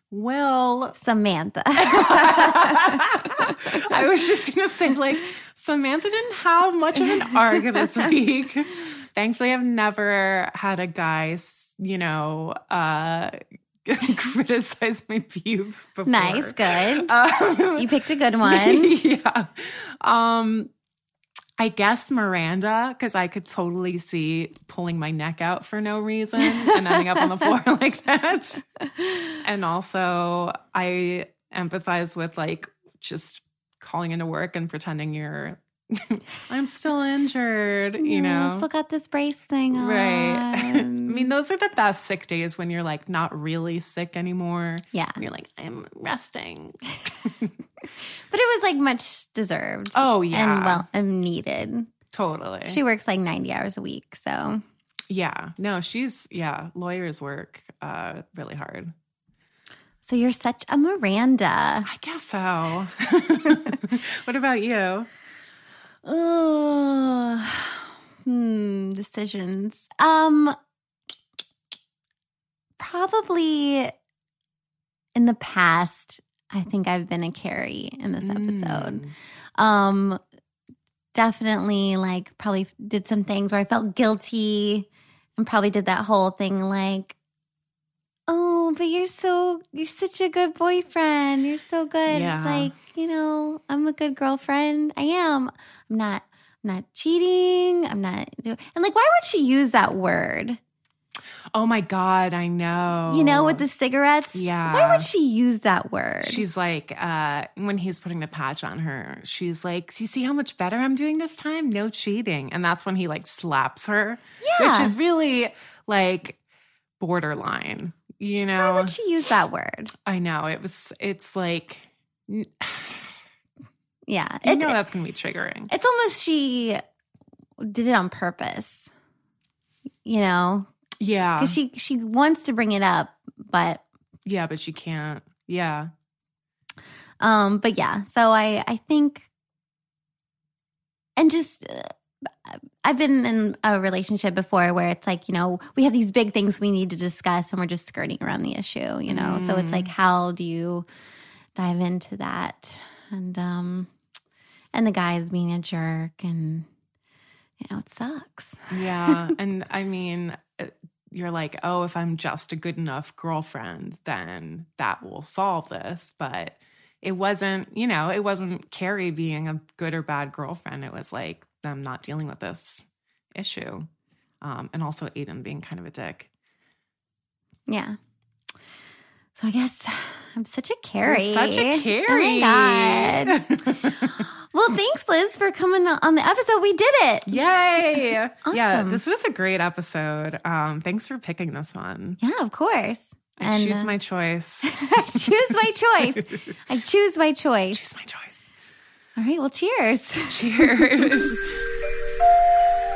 well Samantha. I was just gonna say, like, Samantha didn't have much of an arc this week. Thankfully, I've never had a guy, s- you know, uh criticize my pubes before. nice, good. Um, You picked a good one. yeah. Um, I guess Miranda, because I could totally see pulling my neck out for no reason and ending up on the floor like that. And also, I empathize with like just calling into work and pretending you're, I'm still injured, you Yeah, know? Mm, still got this brace thing on. Right. I mean, those are the best sick days when you're like not really sick anymore. yeah, And you're like, I'm resting. but it was like much deserved. Oh, yeah. and well and needed. Totally. She works like 90 hours a week. So, Yeah. No, she's yeah, lawyers work uh really hard. so you're such a Miranda. I guess so. what about you? Ugh. Hmm, decisions. Um probably in the past, I think I've been a Carrie in this episode. Mm. Um definitely like probably did some things where I felt guilty and probably did that whole thing like Oh, but you're so you're such a good boyfriend. You're so good. Yeah. Like, you know, I'm a good girlfriend. I am. I'm not I'm not cheating. I'm not do and like why would she use that word? Oh my god, I know. You know, with the cigarettes? Oh. Yeah. Why would she use that word? She's like, uh, when he's putting the patch on her, she's like, You see how much better I'm doing this time? No cheating. And that's when he like slaps her. Yeah. Which is really like borderline. You know? why would she use that word? I know. It was it's like n- Yeah. I It- know that's gonna be triggering. it's almost she did it on purpose. You know, Yeah. because she she wants to bring it up, but Yeah, but she can't. Yeah. Um, but yeah, so I I think, and just uh, I've been in a relationship before where it's like, you know, we have these big things we need to discuss and we're just skirting around the issue, you know? So it's like, how do you dive into that? And, um, and the guy is being a jerk and, you know, it sucks. Yeah. and I mean, uh, you're like, oh, if I'm just a good enough girlfriend, then that will solve this. But it wasn't, you know, it wasn't Carrie being a good or bad girlfriend. It was like them not dealing with this issue. Um, and also Aiden being kind of a dick. Yeah. So I guess I'm such a Carrie. You're such a Carrie. Oh my God. Well, thanks, Liz, for coming on the episode. We did it. Yay. Yeah, Awesome. this was a great episode. Um, thanks for picking this one. Yeah, of course. I And, choose uh, my choice. I choose my choice. I choose my choice. choose my choice. All right, well, cheers. Cheers.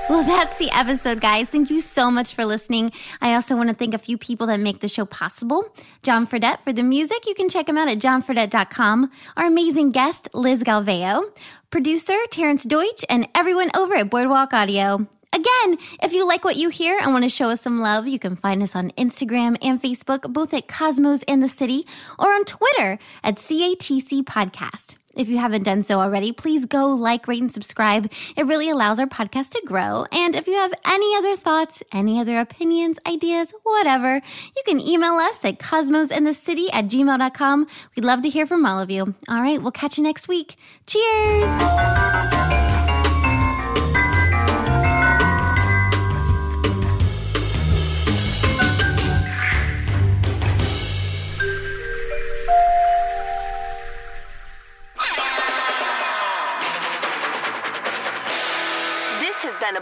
Well, that's the episode, guys. Thank you so much for listening. I also want to thank a few people that make the show possible. John Fredette for the music. You can check him out at johnfredette.com. Our amazing guest, Liz Galveo, producer, Terrence Deutsch, and everyone over at Boardwalk Audio. Again, if you like what you hear and want to show us some love, you can find us on Instagram and Facebook, both at Cosmos and the City, or on Twitter at CATC Podcast. If you haven't done so already, please go like, rate, and subscribe. It really allows our podcast to grow. And if you have any other thoughts, any other opinions, ideas, whatever, you can email us at cosmosinthecity at gmail.com. We'd love to hear from all of you. All right, we'll catch you next week. Cheers! This has been a